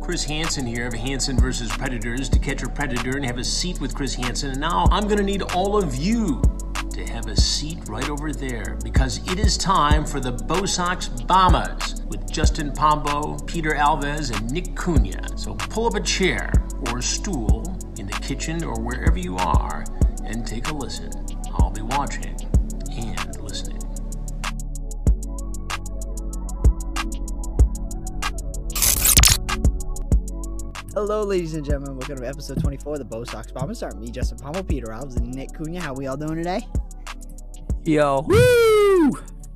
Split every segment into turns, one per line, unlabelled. Chris Hansen here of Hansen versus Predators to catch a predator and have a seat with Chris Hansen. And now I'm going to need all of you to have a seat right over there because it is time for the Bosox Bombers with Justin Pombo, Peter Alves, and Nick Cunha. So pull up a chair or a stool in the kitchen or wherever you are and take a listen. I'll be watching and listening.
Hello, ladies and gentlemen. Welcome to episode 24 of the Bo Sox Bombers. Sorry, me, Justin Pommel, Peter Alves, and Nick Cunha. How we all doing today?
Yo,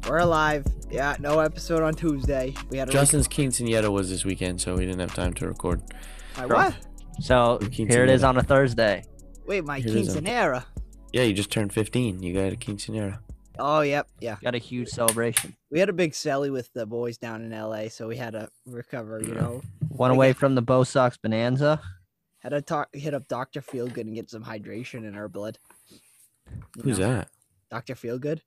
We're alive. Yeah, no episode on Tuesday. We had a
Justin's quinceanera was this weekend, so we didn't have time to record.
My what?
so here it is
quinceañera.
on a Thursday.
Wait, my
Here it is on-
quinceanera.
Yeah, you just turned 15. You got a quinceanera.
Oh, yep, yeah.
Got a huge celebration.
We had a big celly with the boys down in LA, so we had to recover. You
Yeah.
know,
One
I
away from the Bo Sox Bonanza.
had to talk, hit up Doctor Feelgood and get some hydration in our blood. You
Who's
know,
that?
Doctor Feelgood?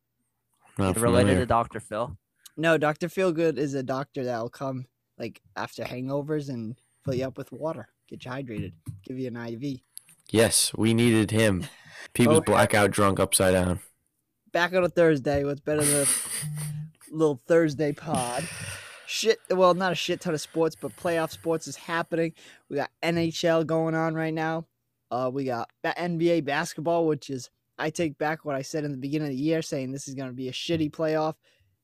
I'm not
It related
familiar.
to Dr. Phil.
No, Doctor Feelgood is a doctor that'll come like after hangovers and fill you up with water, get you hydrated, give you an IV.
Yes, we needed him. He
Oh,
was
yeah.
blackout drunk upside down.
back on a Thursday. What's better than a little Thursday pod? Shit, well, not a shit ton of sports, but playoff sports is happening. We got NHL going on right now. Uh, we got ba- NBA basketball, which is I take back what I said in the beginning of the year, saying this is going to be a shitty playoff.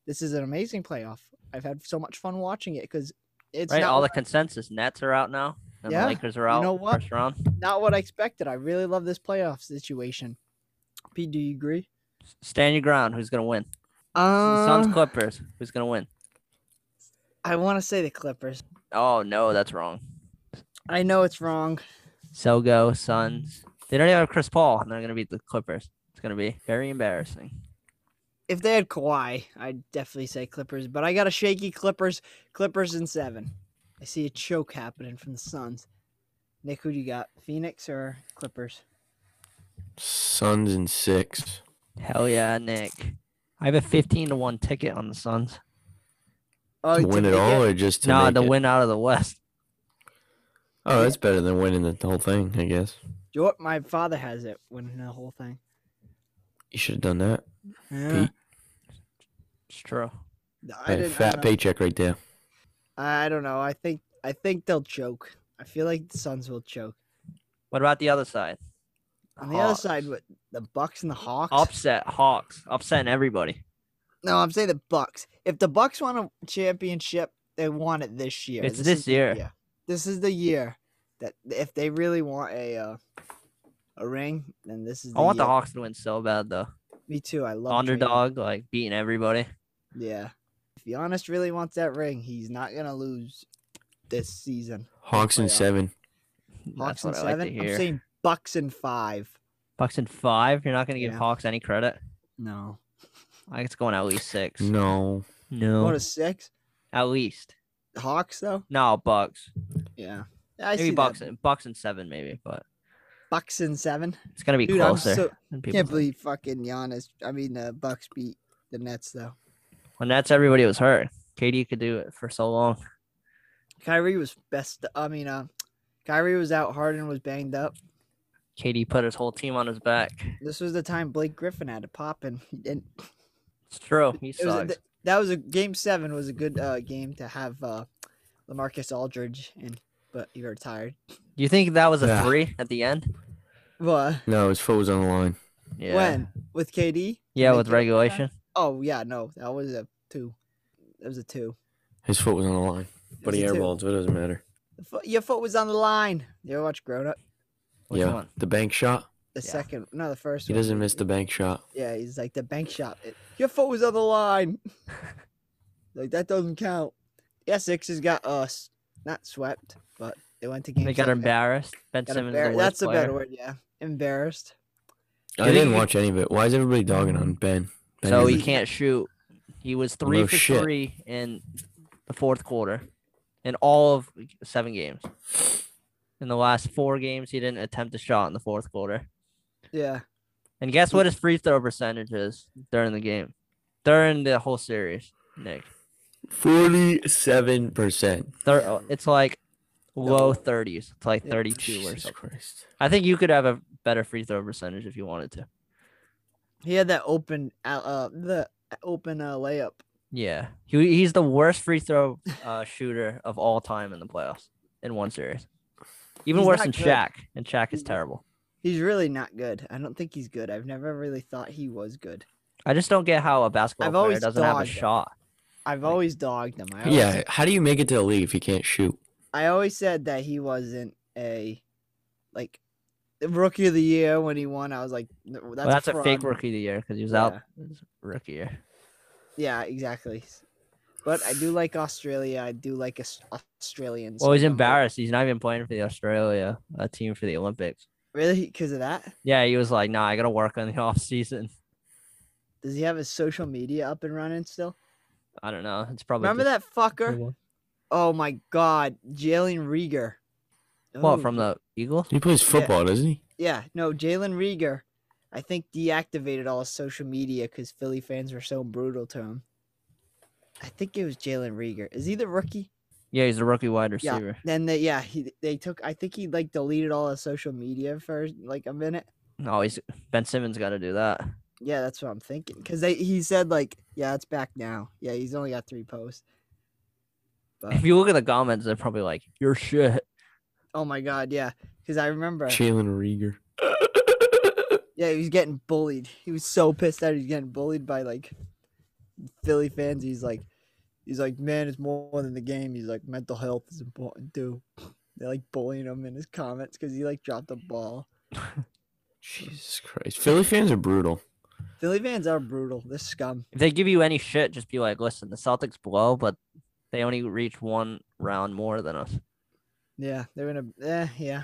This is an amazing playoff. I've had so much fun watching it because it's
right?
not
All the
what-
consensus. Nets are out now. And
Yeah,
the Lakers are out.
know what?
First round.
not what I expected. I really love this playoff situation. Pete, do you agree?
S- Stand your ground. Who's gonna win? Suns
Um,
Clippers. Who's gonna win?
I want to say the Clippers.
Oh no, that's wrong.
I know it's wrong.
So go Suns. They don't even have Chris Paul, and they're gonna beat the Clippers. It's gonna be very embarrassing.
if they had Kawhi, I'd definitely say Clippers, but I got a shaky Clippers, Clippers in seven. I see a choke happening from the Suns. Nick, who do you got? Phoenix or Clippers?
Suns and six.
Hell yeah, Nick. I have a fifteen to one ticket on the Suns.
Oh,
To
you
win
took
it
the game.
all or just to
No,
make
the
it?
win out of the West.
Oh, that's better than winning the the whole thing, I guess.
You know what? My father has it winning the whole thing.
You should have done that.
Yeah.
Pete,
It's true.
I,
That
didn't, I,
fat
don't know.
paycheck right there.
I don't know. I think I think they'll choke. I feel like the Suns will choke.
What about the other side?
On the other
Hawks.
side, what the Bucks and the Hawks.
upset Hawks, upsetting everybody.
No, I'm saying the Bucks. If the Bucks want a championship, they want it this year.
It's
is
this
the
year.
This is the year that if they really want a uh, a ring, then this is. The
I want the
year.
Hawks to win so bad though.
Me too. I love Drayton.
Underdog, like beating everybody.
Yeah. If Giannis really wants that ring, he's not gonna lose this season.
Hawks and
playoff.
seven.
Hawks
That's
in
what I like
seven.
to hear.
I'm saying Bucks in five.
Bucks in five. You're not gonna give
Yeah.
Hawks any credit.
No.
I think it's going at least six.
Mm. No.
No,
What a six.
at least
Hawks though.
no Bucks.
Yeah. I see
Maybe
that.
Bucks, and Bucks and seven, maybe. But
Bucks in seven.
it's gonna be
Dude, I'm
closer.
so
than people
can't
think.
believe fucking Giannis. I mean, the Bucks beat the Nets though.
When that's everybody was hurt. KD could do it for so long.
Kyrie was best. I mean, uh, Kyrie was out. Harden was banged up.
KD put his whole team on his back.
This was the time Blake Griffin had to pop, and, and
It's true. He
it was a,
sucks.
th- that was a game seven was a good uh, game to have uh, Lamarcus Aldridge and but he retired.
Do you think that was a
Yeah.
three at the end?
Well,
No, his foot was on the line.
Yeah.
when with KD?
Yeah,
Like,
with
uh,
regulation.
Oh yeah, no, that was a two. That was a two.
His foot was on the line.
It
But
was
he
a two.
airballed, so it doesn't matter.
The fo- your foot was on the line. You ever watch Grown Up?
Which
yeah.
one?
The bank shot.
The
Yeah.
second, no, the first.
He
one.
doesn't miss the bank shot.
Yeah, he's like the bank shot. It, your foot was on the line. like that doesn't count. Yeah, Sixers got us not swept, but they went to game.
They got
seven.
embarrassed. Ben
Got
Simmons.
embar-
the worst
That's a
player.
better word. Yeah, embarrassed.
I
Yeah, they
didn't
could-
watch any of it. Why is everybody dogging on Ben? ben
So he
Simmons.
can't shoot. He was three
No
for
shit.
three in the fourth quarter, in all of seven games. In the last four games, he didn't attempt a shot in the fourth quarter.
Yeah,
And guess what his free throw percentage is during the game, during the whole series, Nick.
Forty-seven percent.
Thir- uh, it's like low 30s to like
Yeah.
32 or
Jesus
something.
Christ.
I think you could have a better free throw percentage if you wanted to.
He had that open out, uh, the open uh, layup.
Yeah, he, he's the worst free throw uh, shooter of all time in the playoffs in one series. Even
He's
worse
not
than
good.
Shaq, and Shaq is
Mhm.
terrible.
He's really not good. I don't think he's good. I've never really thought he was good.
I just don't get how a basketball
I've
player
always
doesn't have a
dogged him.
shot.
I've
Like-
always dogged him. I always,
Yeah. How do you make it to the league if you can't shoot?
I always said that he wasn't a like the rookie of the year when he won. I was like, "No, that's,
Well, that's, a, fake
fraud."
rookie of the year because he was out his rookie year.
Yeah, exactly. But I do like Australia. I do like Aus- Australians.
Well, he's
I'm like,
embarrassed. He's not even playing for the Australia uh, team for the Olympics.
Really, because of that?
Yeah, he was like, "Nah, I gotta work on the off season."
Does he have his social media up and running still?
I don't know. It's probably
Remember
just-
that fucker? Oh my god, Jalen Rieger.
What
Oh,
from the Eagles?
He plays football, doesn't he?
Yeah, no, Jalen Rieger. I think deactivated all his social media because Philly fans were so brutal to him. I think it was Jalen Rieger. Is he the rookie?
Yeah, he's a rookie wide
Yeah.
receiver.
Then they, yeah, he they took. I think he like deleted all his social media for like a minute.
No, he's Ben Simmons got to do that.
Yeah, that's what I'm thinking. Because they he said like, yeah, it's back now. Yeah, he's only got three posts. But
If you look at the comments, they're probably like, "You're shit."
oh my god, yeah. Because I remember,
Jalen Rieger.
yeah, he was getting bullied. He was so pissed out. He was getting bullied by like Philly fans. He's like, he's like, man, it's more than the game. He's like, mental health is important too. They're like bullying him in his comments because he like dropped a ball.
Jesus Christ. Philly fans are brutal.
Philly fans are brutal. They're scum.
If they give you any shit, just be like, "Listen, the Celtics blow, but they only reach one round more than us."
Yeah, they're in a eh, yeah.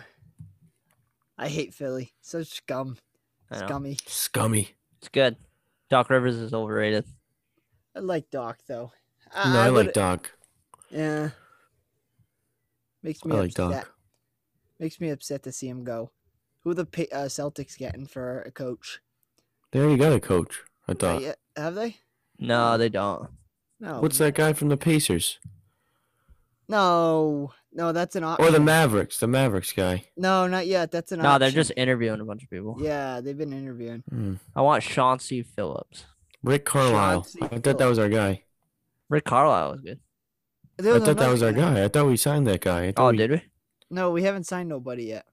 I hate Philly. So scum,
I know.
scummy.
Scummy.
It's good. Doc Rivers is overrated.
I like Doc though.
no, I, like
would-
Doc.
Yeah. Makes
I
me
like
upset.
Doc.
Makes me upset to see him go. Who the Pa- uh, Celtics getting for a coach?
They already got a coach, I
Not
thought.
yet- have they?
No, they don't.
No.
What's that guy from the Pacers?
No, no, that's an option.
Or the Mavericks, the Mavericks guy.
no, not yet. That's an
No, they're
option.
just interviewing a bunch of people.
Yeah, they've been interviewing.
Hmm.
I want Chauncey Phillips.
Rick Carlisle.
Chauncey
I thought that was our guy.
Rick Carlisle was good.
There
I thought that
another
was our guy. I thought we signed that guy. I thought
Oh,
we-
did we?
No, we haven't signed nobody yet.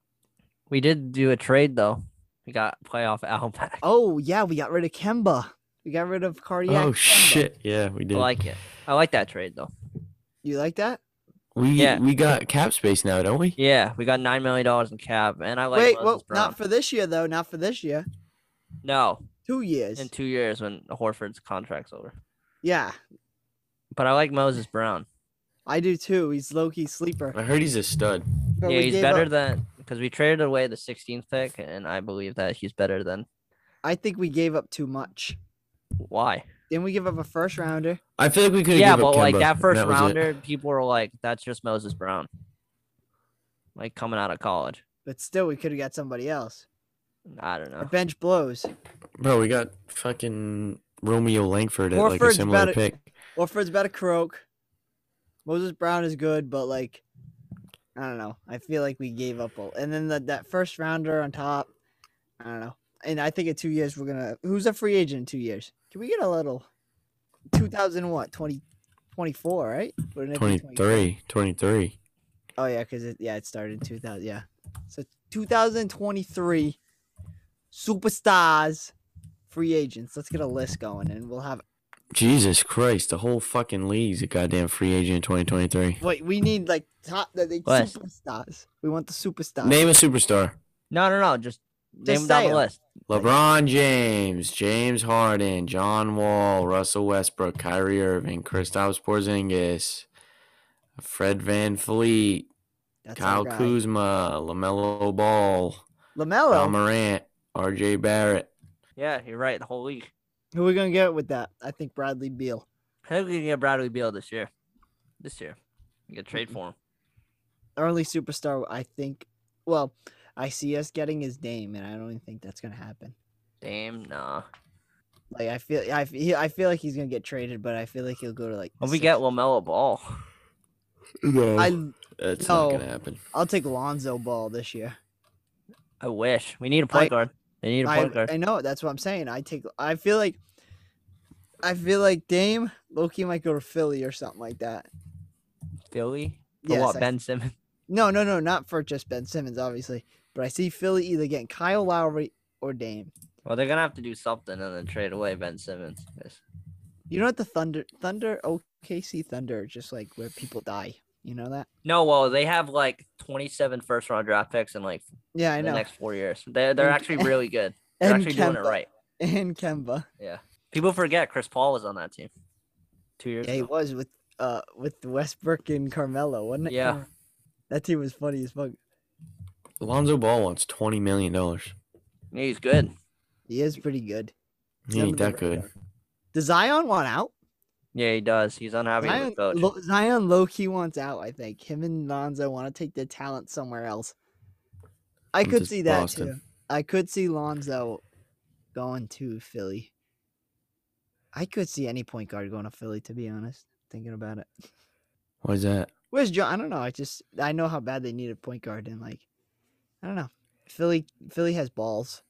We did do a trade though. We got playoff Al back.
Oh yeah, we got rid of Kemba. We got rid of cardiac.
Oh
Kemba.
shit! Yeah, we
I
did.
like it. I like that trade though.
You like that?
we
Yeah.
we got cap space now, don't we?
Yeah, we got nine million dollars in cap, and I like
Wait,
Moses
well,
Brown.
not for this year though. Not for this year.
no
Two years.
in two years when Horford's contract's over.
yeah,
But I like Moses Brown.
I do too. He's low key sleeper.
I heard he's a stud.
But
yeah,
we
he's
gave
better
up-
than because we traded away the 16th pick, and I believe that he's better than
I think we gave up too much.
why.
Didn't we give up a first rounder?
I feel like we could.
Yeah, but like that first
was it.
rounder, people were like, "That's just Moses Brown," like coming out of college.
But still, we could have got somebody else.
I don't
Our
know.
bench blows.
bro. We got fucking Romeo Langford at like a
Horford's
similar
better-
pick.
Orford's better croak. Moses Brown is good, but like, I don't know. I feel like we gave up. A, and then the, that first rounder on top, I don't know. And I think in two years we're gonna. Who's a free agent in two years? Can we get a little? Two thousand what? Twenty, twenty-four, right? Wouldn't it be
23, 23.
Oh yeah, because it yeah it started in two thousand yeah, so two thousand twenty three, superstars, free agents. Let's get a list going, and we'll have.
Jesus Christ, the whole fucking league's a goddamn free agent in 2023.
Wait, we need like top the, the
List.
superstars. We want the superstars.
Name a superstar.
No, no, no. Just, name
Just
him down
say
the
'em.
list.
LeBron James, James Harden, John Wall, Russell Westbrook, Kyrie Irving, Kristaps Porzingis, Fred Van Fleet,
That's our
Kyle
guy.
Kuzma, LaMelo Ball,
Lamelo.
Al Morant, RJ Barrett.
Yeah, you're right. The whole league.
Who are we gonna get with that? I think Bradley Beal.
I think we can get Bradley Beal this year. This year, we get a trade for him.
Our only superstar I think. Well, I see us getting his name, and I don't even think that's gonna happen.
Damn, nah.
Like I feel, I feel, I feel like he's gonna get traded, but I feel like he'll go to like.
When we
Six-
get Lamelo Ball,
No.
I
That's
No.
not gonna happen.
I'll take Lonzo Ball this year.
I wish we need a point
I-
guard. They need a
I,
point guard.
I know that's what I'm saying. I take. I feel like. I feel like Dame Loki might go to Philly or something like that.
Philly for
Yes,
what?
I-
ben Simmons.
No, no, no, not for just Ben Simmons, obviously. But I see Philly either getting Kyle Lowry or Dame.
Well, they're gonna have to do something and then trade away Ben Simmons. 'cause-
You know what the Thunder, Thunder, OKC Thunder, are just like where people die. You know that?
No, well, they have like 27 first round draft picks in like
Yeah, I
the
know.
next four years. They're they're
And-
actually really good. They're actually doing it right.
And Kemba.
Yeah. People forget Chris Paul was on that team two years
Yeah, he
ago.
was with uh with Westbrook and Carmelo, wasn't it?
Yeah.
That team was funny as fuck.
Alonzo Ball wants twenty million dollars.
Yeah, He's good.
He is pretty good.
He ain't that good.
Does Zion want out?
Yeah, he does. He's unhappy
Zion,
with uh, coach.
lo- Zion low key wants out. I think him and Lonzo want to take their talent somewhere else. I
Went
could
to
see that
Boston.
too. I could see Lonzo going to Philly. I could see any point guard going to Philly. To be honest, thinking about it,
Why's that?
where's John? I don't know. I just I know how bad they need a point guard, and like I don't know. Philly Philly has balls.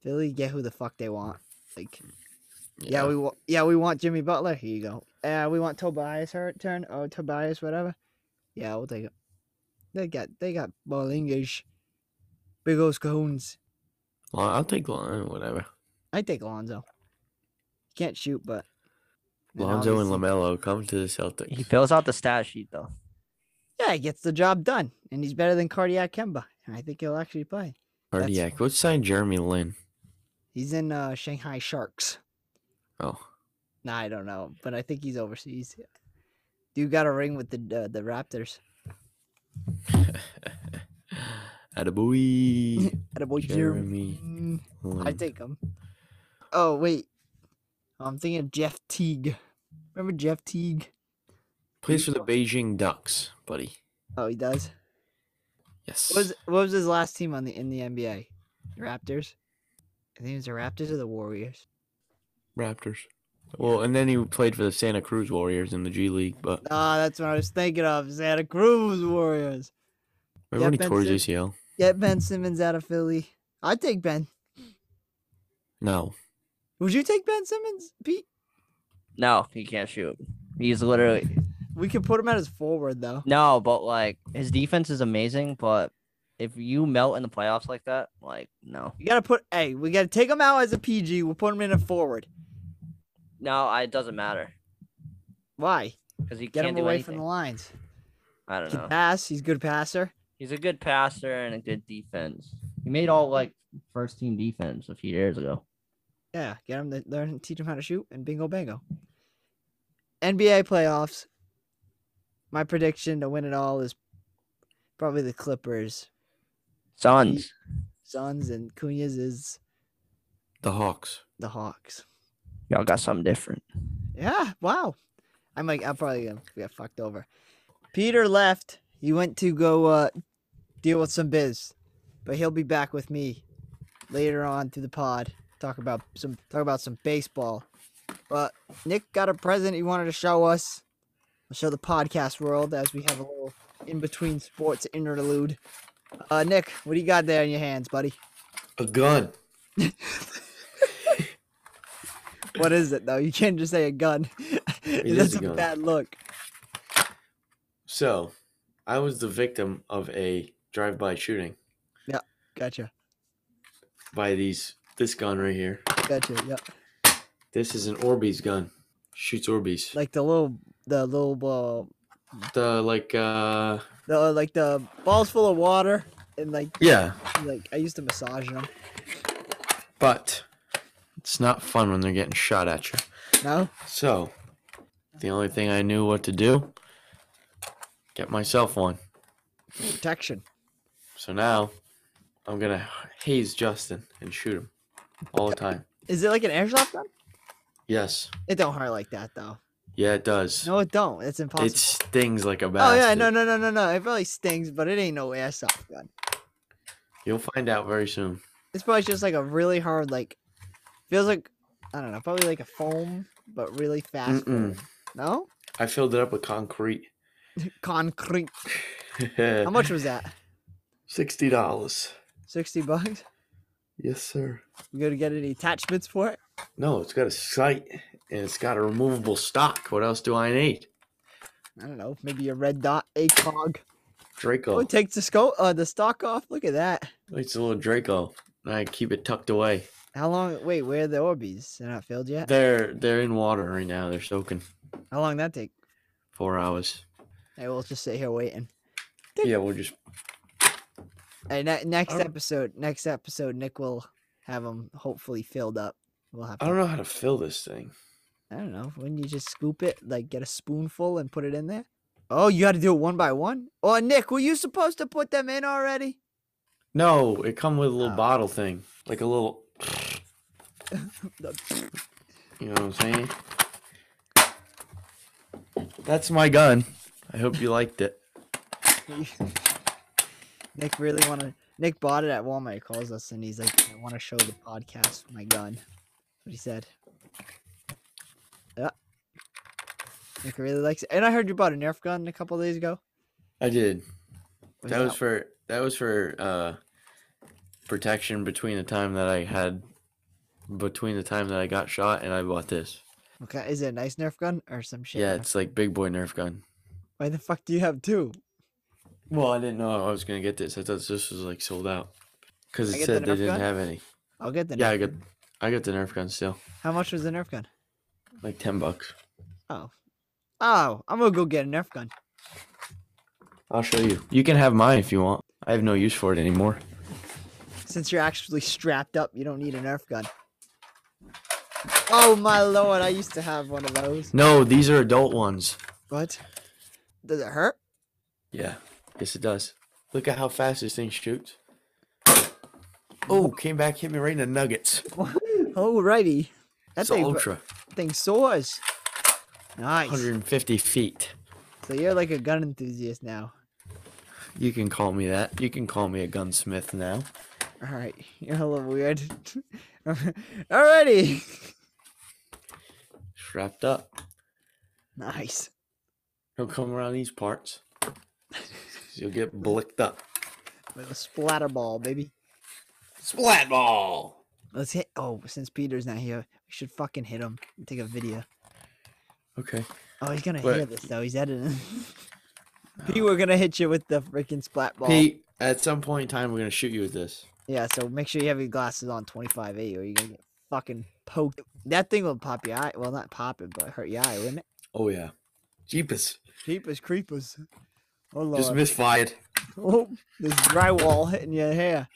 Philly get who the fuck they want. Like yeah, we wa- yeah we want Jimmy Butler. Here you go. Uh, we want Tobias her turn. Oh, Tobias, whatever. Yeah, we'll take it. They got they got Bolingish, big old cones.
Lon- I'll take Lon- whatever.
I take Lonzo. Can't shoot, but and
Lonzo and
obviously-
Lamelo come to the
He
Celtics.
fills out the stat sheet though.
Yeah, he gets the job done, and he's better than Cardiac Kemba, and I think he'll actually play.
Cardiac. Let's sign Jeremy Lin.
He's in uh, Shanghai Sharks.
Oh,
Nah, I don't know, but I think he's overseas. Dude got a ring with the uh, the Raptors.
attaboy.
Attaboy,
Jeremy
Jeremy. Mm, I
Lin.
take him. Oh wait, I'm thinking of Jeff Teague. Remember Jeff Teague?
Plays for the Beijing Ducks, buddy.
Oh, he does.
Yes.
What was what was his last team on the in the NBA? Raptors. I think it was the Raptors or the Warriors.
Raptors. Well, and then he played for the Santa Cruz Warriors in the G League, but
Ah, that's what I was thinking of. Santa Cruz Warriors.
remember
Ben
when he tore his
Simmons-
ACL?
Get Ben Simmons out of Philly. I'd take Ben.
No.
Would you take Ben Simmons, Pete?
No, he can't shoot. He's literally
We could put him out as forward though.
no, but like his defense is amazing. But if you melt in the playoffs like that, like no,
You gotta put. Hey, we gotta take him out as a PG. We'll put him in a forward.
no, I, it doesn't matter
Why?
because he
Get
can't
him
do
away
anything.
from the lines.
I don't
He
know.
can pass. He's a good passer.
He's a good passer and a good defense. He made all like first team defense a few years ago.
Yeah, get them to learn, teach them how to shoot, and bingo bango. NBA playoffs. My prediction to win it all is probably the Clippers,
Suns.
Suns, and Cunha's is
The Hawks.
the Hawks.
Y'all got something different.
Yeah, wow. I'm like, I'm probably gonna get fucked over. Peter left. He went to go uh, deal with some biz, but he'll be back with me later on through the pod. Talk about some talk about some baseball. But Nick got a present he wanted to show us. We'll show the podcast world as we have a little in between sports interlude. Uh, Nick, what do you got there in your hands, buddy?
A gun.
What is it though? You can't just say a gun.
is
That's
a
a
gun.
bad look.
So, I was the victim of a drive-by shooting
Gotcha.
by these this gun right here.
Gotcha. Yep.
This is an Orbeez gun. Shoots Orbeez.
like the little the little
the like uh
uh, the like the balls full of water and like
yeah,
like I used to massage them.
but it's not fun when they're getting shot at you.
No,
So, the only thing I knew what to do, get myself one.
protection.
So now, I'm gonna haze Justin and shoot him all the time.
Is it like an airsoft gun?
Yes,
It don't hurt like that though.
yeah, it does.
No, it don't. It's impossible.
it stings like a
oh
bastard.
yeah, no, no, no, no, no. It probably stings, but it ain't no airsoft gun.
You'll find out very soon.
It's probably just like a really hard like feels like I don't know, probably like a foam, but really fast.
Mm-mm.
foam. No,
I filled it up with concrete.
Concrete. How much was that?
Sixty dollars.
Sixty bucks.
Yes, sir.
You gonna get any attachments for it?
No, it's got a sight and it's got a removable stock. What else do I need?
I don't know. Maybe a red dot, a cog. Oh,
Draco.
it takes the scope, uh, the stock off. Look at that.
It's a little Draco. I keep it tucked away.
How long? Wait, where are the Orbeez? They're not filled yet.
They're they're in water right now. They're soaking.
How long that take?
Four hours.
Hey, we'll just sit here waiting.
Yeah, we'll just
Hey, ne- next
don't-
episode, next episode, Nick will have them hopefully filled up. We'll have.
I
to-
don't know how to fill this thing.
I don't know. When you just scoop it, like get a spoonful and put it in there. Oh, you got to do it one by one. Oh, Nick, were you supposed to put them in already?
No, it come with a little
Oh.
bottle thing. Like a little You know what I'm saying? That's my gun. I hope you liked it.
Nick really want to. Nick bought it at Walmart. He calls us and he's like, "I want to show the podcast my gun." That's what he said. Yeah. Nick really likes it. And I heard you bought a Nerf gun a couple days ago.
I did.
What is
that was for that was for uh protection between the time that I had between the time that I got shot and I bought this.
okay. Is it a nice Nerf gun or some shit?
Yeah,
Nerf-
it's like big boy Nerf gun.
Why the fuck do you have two?
Well, I didn't know I was gonna get this. I thought this was like sold out because
I
it
get the
said they
Nerf
didn't
gun?
have any.
I'll get the.
Yeah, I
Nerf
got
gun.
I got the Nerf gun still,
How much was the Nerf gun?
like ten bucks.
Oh. Oh, I'm gonna go get a Nerf gun.
I'll show you. You can have mine if you want. I have no use for it anymore.
Since you're actually strapped up, you don't need a Nerf gun. Oh my lord, I used to have one of those.
No, these are adult ones.
What? Does it hurt?
Yeah, yes it does. Look at how fast this thing shoots. Oh, came back, hit me right in the nuggets.
Alrighty. That
That's it's
thing,
ultra,
thing soars. Nice.
150 feet.
So you're like a gun enthusiast now.
You can call me that. You can call me a gunsmith now.
Alright. You're a little weird. Alrighty.
Strapped up.
Nice.
Don't come around these parts. You'll get blicked up.
With a splatter ball, baby.
Splat ball.
Let's hit oh, since Peter's not here, we should fucking hit him and take a video.
Okay.
Oh, he's gonna
What? Oh.
hear this though. He's editing. P, we're gonna hit you with the freaking splat ball.
Pete, at some point in time, we're gonna shoot you with this.
Yeah, so make sure you have your glasses on 25A, or you're gonna get fucking poked. That thing will pop your eye. Well, not pop it, but hurt your eye, wouldn't it?
Oh yeah. Jeepus.
Creepers, creepers. Oh lord.
Just misfired.
oh, this drywall hitting your hair.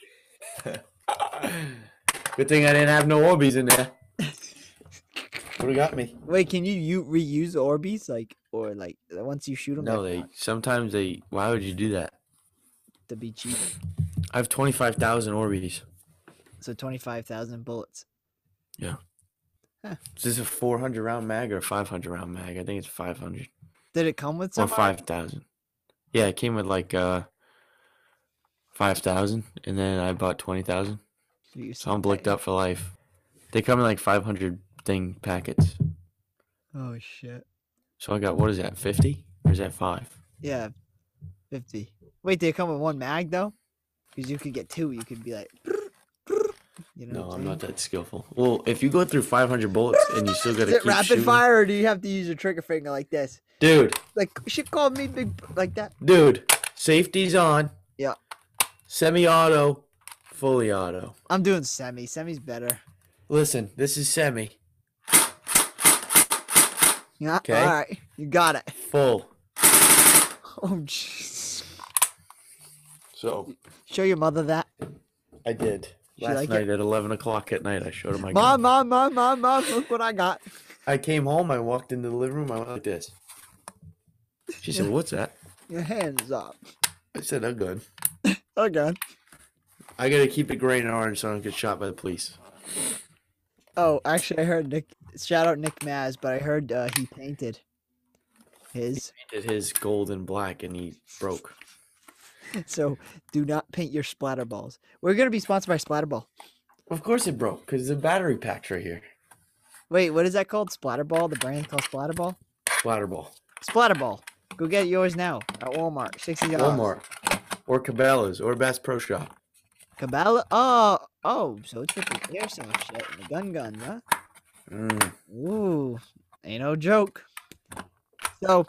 Good thing I didn't have no Orbeez in there. Would have got me.
Wait, can you, u reuse the Orbeez, like, or like once you shoot them?
No, they sometimes they. Why would you do that?
to be cheap.
I have twenty five thousand Orbeez.
So 25,000 bullets.
Is this a four hundred round mag or a five hundred round mag? I think it's five hundred
Did it come with
or
some?
five thousand. Yeah, it came with like uh five thousand, and then I bought twenty thousand.
You
So I'm
said
blicked
that-
up for life. They come in like five hundred thing packets.
Oh shit.
So I got what is that fifty or is that five?
Yeah, fifty. Wait, they come with one mag though, because you could get two. You could be like, you know.
No,
what
I'm not
saying?
that skillful. Well, if you go through 500 bullets and you still gotta
Is it
keep
rapid
shooting,
fire, or do you have to use your trigger finger like this?
dude,
Like she called me big Br- like that.
dude, safety's on.
Yeah.
Semi-auto, fully auto.
I'm doing semi. Semi's better.
Listen, this is semi,
Yeah.
Okay.
All right, you got it.
full.
Oh jeez.
So
Show your mother that.
I did
She
last
like it?
night at 11 o'clock at night. I showed her my
Mom,
gun.
mom, mom, mom, mom. Look what I got.
I came home. I walked into the living room. I went like this. She said, "What's that?"
Your hands up.
I said, "A gun."
Okay.
I gotta keep it gray and orange so I don't get shot by the police.
Oh, actually, I heard Nick. Shout out Nick Maz, but I heard uh, he painted his.
Did his gold and black, and he broke.
So do not paint your splatter balls. We're gonna be sponsored by Splatterball.
Of course it broke because the battery pack's right here.
Wait, what is that called? Splatterball? The brand called Splatterball?
Splatterball.
Splatterball. Go get yours now at Walmart. Sixty dollars.
Walmart or Cabela's or Bass Pro Shop.
Cabela. Oh, oh. So it's with the airsoft shit and the gun guns, huh?
Mm.
Ooh, ain't no joke. So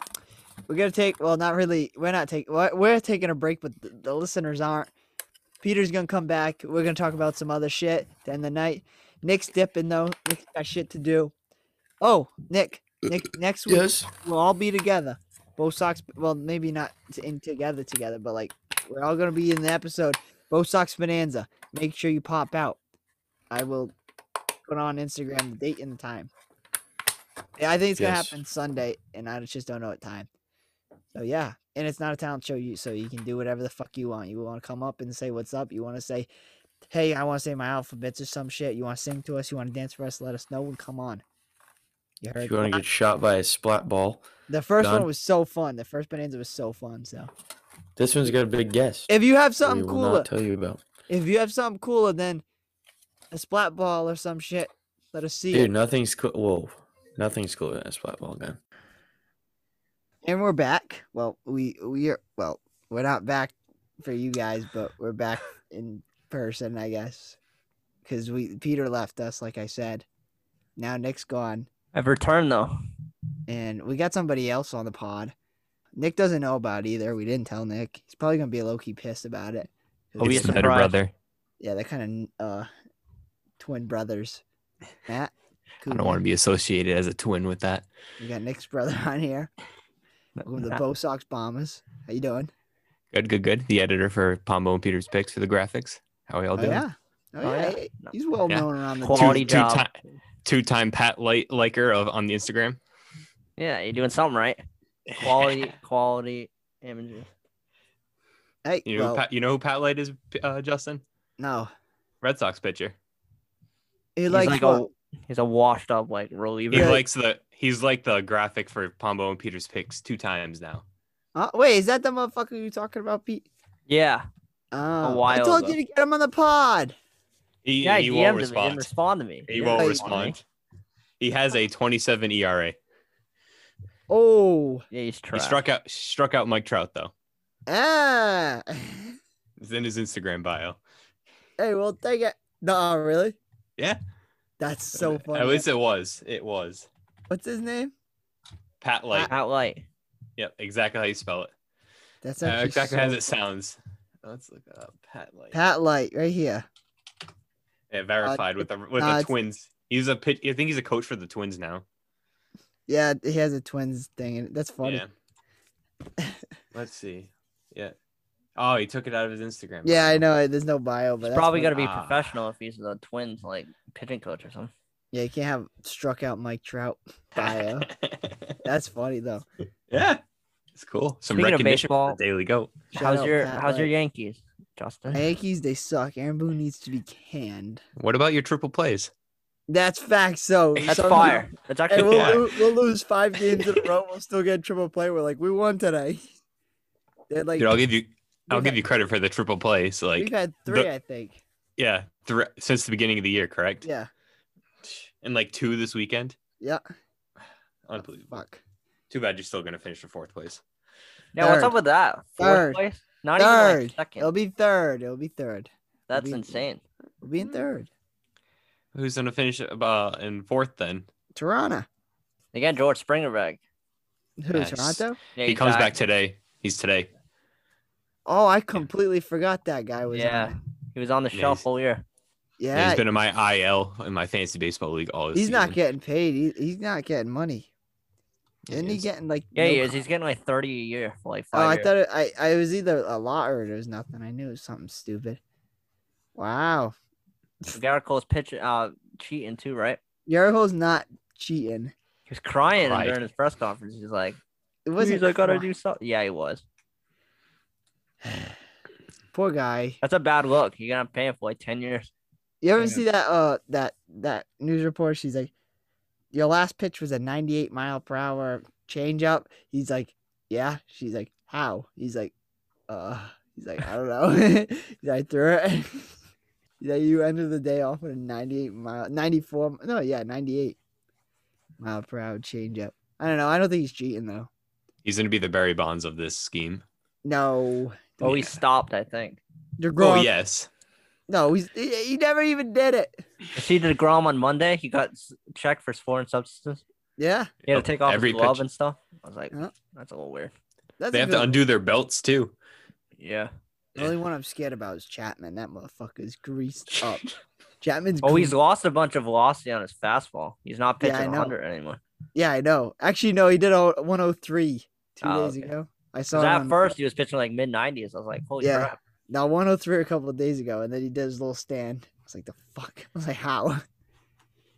we're gonna take. Well, not really. We're not taking. We're, we're taking a break, but the, the listeners aren't. Peter's gonna come back. We're gonna talk about some other shit to end the night. Nick's dipping though. Nick's got shit to do. Oh, Nick. Nick. Next week
Yes.
we'll all be together. Both socks. Well, maybe not t- in together together, but like we're all gonna be in the episode. Both socks bonanza. Make sure you pop out. I will put on Instagram the date and the time. Yeah, I think it's gonna
Yes.
happen Sunday, and I just don't know what time. So yeah, and it's not a talent show, you so you can do whatever the fuck you want. You want to come up and say what's up. You want to say, hey, I want to say my alphabets or some shit. You want to sing to us. You want to dance for us. Let us know and come on. You heard
If you want to get shot by a splat ball,
the first one
Done.
was so fun. The first bonanza was so fun. So
this one's got a big guess.
if you have
we
something
will
cooler,
not tell you about.
if you have something cooler than a splat ball or some shit, let us see
Dude,
it.
nothing's cool. Whoa, nothing's cooler than a splat ball gun.
And we're back. Well, we we are well, we're not back for you guys, but we're back in person, I guess, because we Peter left us, like I said. Now Nick's gone.
I've returned though.
and we got somebody else on the pod. Nick doesn't know about it either. We didn't tell Nick. He's probably gonna be low key pissed about it. 'cause
Oh, I'll be
it's-
a
it's the better
surprise.
brother.
yeah, they're kind of uh, twin brothers. Matt,
I don't want to be associated as a twin with that.
We got Nick's brother on here. Welcome to the Bo Sox Bombers. How you doing?
Good, good, good. The editor for Pombo and Peter's picks for the graphics. How are y'all
Oh
doing?
yeah. Oh,
Oh,
yeah.
yeah.
He- He's well
Yeah.
known around the
Quality
team.
job.
time, two-time Pat Light liker of on the Instagram.
Yeah, you're doing something right. Quality, quality images.
Hey,
You know, who
well,
Pat, you know who Pat Light is, uh, Justin?
no.
Red Sox pitcher.
He
He's
likes
like
what?
a he's a washed up like reliever.
He
Yeah.
likes the he's like the graphic for Pombo and Peter's picks two times now.
Huh? wait, is that the motherfucker you talking about, Pete?
yeah,
Oh, I
while
told
ago.
uh,
you to get him on the pod.
He,
yeah.
he
I DM'd
won't
him. He didn't
respond.
respond to me.
He
Yeah,
won't
Hey.
respond. He has a 27 ERA.
Oh,
Yeah, he's
He
trash.
struck out struck out Mike Trout though.
ah.
It's in his Instagram bio.
Hey, well, take it. No, really?
Yeah. Uh,
That's so funny.
At least it was. It was
What's his name?
Pat Light.
out light.
Yep, exactly how you spell it.
That's
Uh,
actually
exactly
so
as it sounds. Let's look up Pat Light.
Pat Light right here.
yeah, verified with the with
uh,
the
it's-
Twins. He's a pitch. I think he's a coach for the Twins now.
Yeah, he has a twins thing. and That's funny.
Yeah. Let's see. Yeah. Oh, he took it out of his Instagram.
Yeah, I
bio.
know. There's no bio, but
He's
that's
probably
funny.
got to be
Ah.
professional if he's the twins like pitching coach or something.
Yeah, you can't have struck out Mike Trout bio. that's funny though.
yeah, it's cool. Some
Speaking of
recognition for the
baseball-
Daily Goat.
Shout
how's
out
your
Pat
How's your
Light.
Yankees, Justin?
Yankees? They suck. Aaron Boone needs to be canned.
What about your triple plays?
That's fact. So
That's
so-
fire. That's
Hey,
actually
we'll,
Yeah.
fire.
lo- we'll lose five games in a row. We'll still get triple play. We're like, we won today. They're like,
Dude, I'll give you. I'll
we've
give
had-
you credit for the triple plays. Like,
we've had three,
the-
I think.
yeah, thr since the beginning of the year, correct?
Yeah.
And like two this weekend.
Yeah.
Unbelievable.
Fuck.
Too bad you're still gonna finish in fourth place.
Yeah, what's
Third.
up with that? Fourth
Third.
place? Not even
Third.
like second.
It'll be third. It'll be third.
That's
be-
insane.
It'll be in third.
Who's gonna finish uh, in fourth then?
Toronto.
They got George Springer back.
Who?
Yes.
Toronto?
Yeah,
he
he's
comes back today. He's today.
Oh, I completely forgot that guy was. on
Yeah.
it.
He was on the
Yeah,
shelf
he's-
all year.
Yeah.
He's been in my IL in my fantasy baseball league all this
he's not
season.
getting paid. He, he's not getting money. Isn't he
is.
getting like?
Yeah,
no
he is.
con-
He's getting like 30 a year for like
Oh,
five
I
years.
thought it, I I was either a lot or it was nothing. I knew it was something stupid. Wow,
Garrett Cole's pitching, uh, cheating too, right?
Yarho's not cheating.
He was crying
Right.
during his press conference. He's like,
It
"Please,
wasn't.
I gotta
cry-
do something." Yeah, he was.
Poor guy.
That's a bad look. You're gonna pay him for like 10 years.
You ever
Yeah.
see that uh that that news report? She's like, Your last pitch was a ninety eight mile per hour change up. He's like, Yeah. She's like, How? He's like, uh he's like, I don't know. he's like, I threw it. Yeah, you ended the day off with a 98 mile, 94, no, yeah, 98 mile per hour change up. I don't know. I don't think he's cheating, though.
He's going to be the Barry Bonds of this scheme.
No,
Oh, he stopped, I think.
Oh,
Degrom.
yes.
No, he's he, he never even did it.
See Degrom on Monday. He got s- checked for foreign substances.
Yeah,
He had to take off
Oh, Every
his glove
pitch-
and stuff. I was like,
Yeah.
that's a little weird.
that's
They
a
have to
good-
undo their belts, too.
Yeah.
The only one I'm scared about is Chapman. That motherfucker's greased up. Chapman's.
Oh, he's
gre-
lost a bunch of velocity on his fastball. He's not
Yeah, I
pitching
know.
100 anymore.
yeah, I know. Actually, no, he did a 103 two
Oh,
days
okay.
ago. I saw
'Cause
him
at
on-
first he was pitching like mid 90s. I was like, holy
um, Yeah.
crap.
Now 103 a couple of days ago, and then he did his little stand. I was like, the fuck. I was like, how?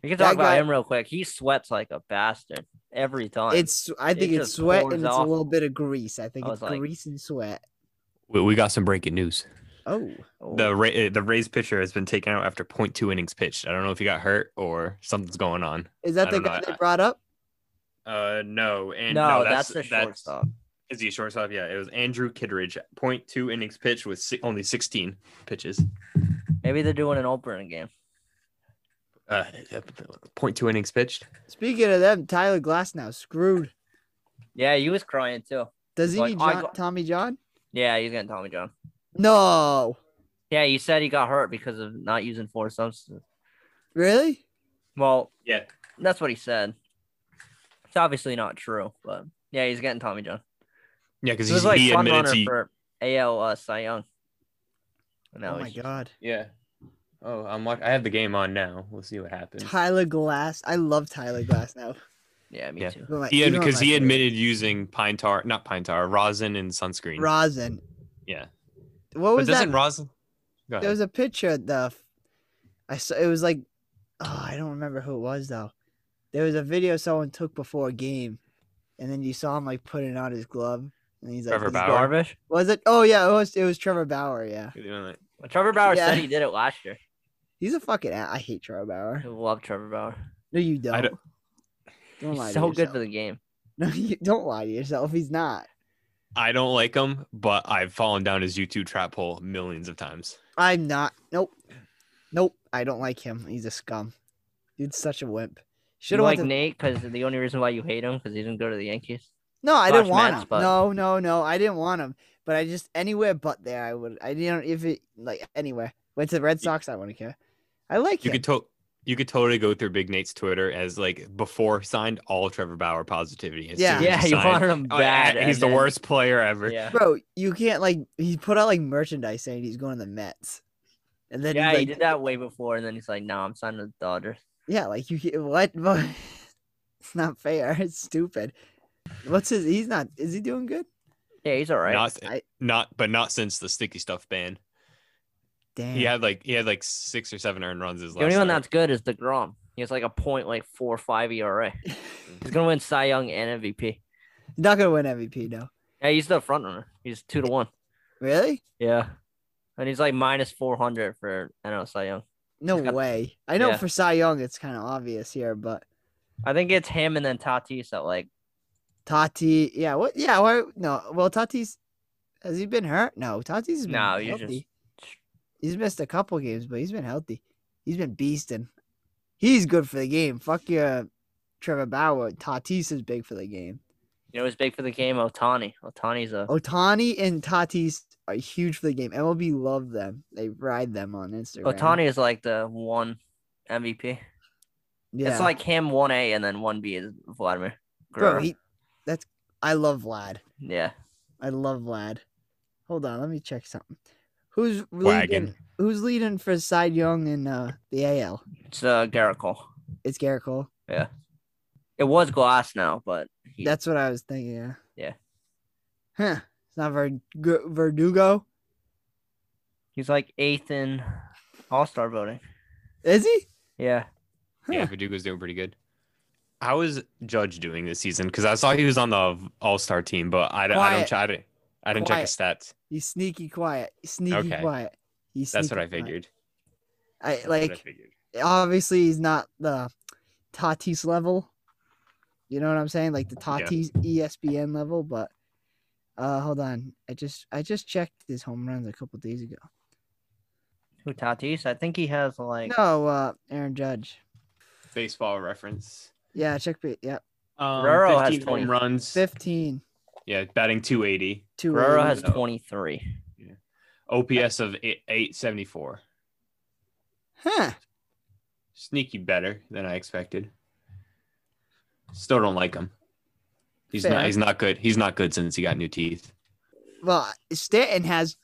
We can
That
talk about
guy-
him real quick. He sweats like a bastard every time.
It's I
It
think it's
just
sweat
pours
and it's a
off.
little bit of grease. I think
I
it's
was like-
grease and sweat.
We, we got some breaking news.
Oh,
Oh,
The Ra- uh, the Rays pitcher has been taken out after 0.2 innings pitched. I don't know if he got hurt or something's going on.
is
I
that the
don't know,
guy
I-
they brought up?
Uh, no, and
no,
no,
that's,
that's
the shortstop.
Is he a shortstop? Yeah, it was Andrew Kitteridge, 0.2 innings pitched with si- only 16 pitches.
Maybe they're doing an opening game.
Uh, 0.2 innings pitched.
Speaking of them, Tyler Glass now screwed.
Yeah, he was crying too.
Does he
Like,
need
I
John,
got-
Tommy John?
Yeah, he's gonna Tommy John.
No,
Yeah, you said he got hurt because of not using four substances.
really?
Well,
Yeah.
that's what he said. It's obviously not true, but yeah, he's getting Tommy John.
Yeah, because
This is
he's
like
he
front
admitted
runner
to.
for AL uh, Cy Young. And now
oh my
he's-
god,
Yeah. Oh, I'm watch- I have the game on now. We'll see what happens.
Tyler Glass. I love Tyler Glass now.
Yeah, me
Yeah.
too.
He's one of my-
He
he's
had,
one of
because
my
he
favorites.
admitted using pine tar, not pine tar, rosin and sunscreen.
rosin.
Yeah.
What
But
was that?
doesn't rosin? Go
there
ahead.
was a picture of the I saw it was like oh, I don't remember who it was though. There was a video someone took before a game and then you saw him like putting on his glove and he's like
Trevor
"This-
Bauer?
Darvish.
Was it oh yeah, it was it was Trevor Bauer, yeah.
Well, Trevor Bauer
Yeah.
said he did it last year.
He's a fucking a- I hate Trevor Bauer.
I love Trevor Bauer.
No you don't.
I
don't, lie
He's
to
so good
yourself.
for the game.
No, you don't lie to yourself. He's not.
I don't like him, but I've fallen down his YouTube trap hole millions of times.
I'm not. Nope. Nope. I don't like him. He's a scum. Dude's such a wimp.
You
Should have
like
went to
Nate because the only reason why you hate him because he didn't go to the Yankees.
No, I didn't
Slash
want
Mets,
him.
but-
No, no, no, I didn't want him. But I just anywhere but there, I would. I didn't if it like anywhere. Went to the Red Sox, I wouldn't care. I like
You
him.
could to- you could totally go through Big Nate's Twitter as like before signed all Trevor Bauer positivity. As
Yeah.
soon as
Yeah,
he
you
signed,
wanted him
"Oh,
bad.
he's
and
the
then-
worst player ever.
Yeah,
Bro, you can't like he put out like merchandise saying he's going to the Mets, and then
yeah,
like,
he did that way before, and then he's like, "No, I'm signing with the Dodgers."
Yeah, like you can't- what? it's not fair. It's stupid. What's his? He's not. Is he doing good?
Yeah, he's all right.
Not,
I-
not, but not since the sticky stuff ban.
Damn.
He had like he had like six or seven earned runs his
the
last.
only one
start.
that's good is Degrom. He has like a point like four five ERA. He's gonna win Cy Young and MVP.
He's not gonna win MVP no.
Yeah, he's the front runner. He's two to one.
Really?
Yeah, and he's like minus four hundred for I know Cy Young.
No
He's got-
way. I know
yeah.
for Cy Young, it's kind of obvious here, but
I think it's him and then Tatis at like
Tati, yeah, what? Yeah, why? No, well, Tati's has he been hurt? No, Tati's been
No, you just-
healthy. He's missed a couple games, but he's been healthy. He's been beasting. He's good for the game. Fuck your Trevor Bauer. Tatis is big for the game.
you know it's big for the game. Otani. Otani's a
Otani and Tatis are huge for the game. MLB love them. They ride them on Instagram.
Otani is like the one MVP.
yeah,
It's like him one A and then one B is Vladimir.
bro.
Guerrero.
He, that's I love Vlad.
yeah.
I love Vlad. Hold on, let me check something. Who's
Wagon.
leading? Who's leading for Cy Young in uh, the AL?
It's uh Garrett Cole.
It's Garrett Cole.
It was Glass now, but he,
That's what I was thinking. Yeah.
Yeah.
Huh. It's not Ver- G- Verdugo,
he's like eighth in All Star voting.
is he?
Yeah.
Yeah, Verdugo's doing pretty good. How is Judge doing this season? Because I saw he was on the All Star team, but I, don't- I don't
Quiet.
ch- I didn't, I didn't check his stats.
He's sneaky quiet. He's sneaky
Okay.
quiet. He's
That's what I
sneaky quiet.
figured.
I
That's what I
like.
figured.
Obviously, he's not the Tatis level. You know what I'm saying? Like the
Yeah.
Tatis E ESPN level, but uh, hold on. I just I just checked his home runs a couple days ago.
Who Tatis? I think he has like
No, uh, Aaron Judge.
baseball reference.
Yeah, check. ba- Yep,
Um,
Guerrero has
15
20.
home runs,
fifteen.
Yeah, batting 280,
Two
Guerrero
eighty.
has
No.
23.
OPS of e, eight- 874.
Huh.
Sneaky better than I expected. Still don't like him. He's
Fair.
not. He's not good. He's not good since he got new teeth.
Well, Stanton has.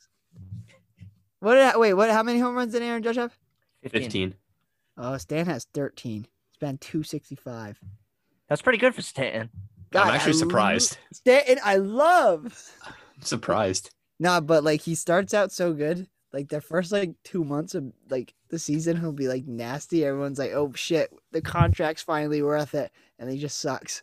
What? Did I, wait, what? How many home runs did Aaron Judge have?
15.
15.
Oh, Stanton has thirteen. It's been two sixty five.
That's pretty good for Stanton.
I'm actually surprised.
Stanton, I love.
I'm surprised.
Nah, but like he starts out so good. Like the first like two months of like the season, he'll be like nasty. Everyone's like, "Oh shit, the contract's finally worth it," and he just sucks.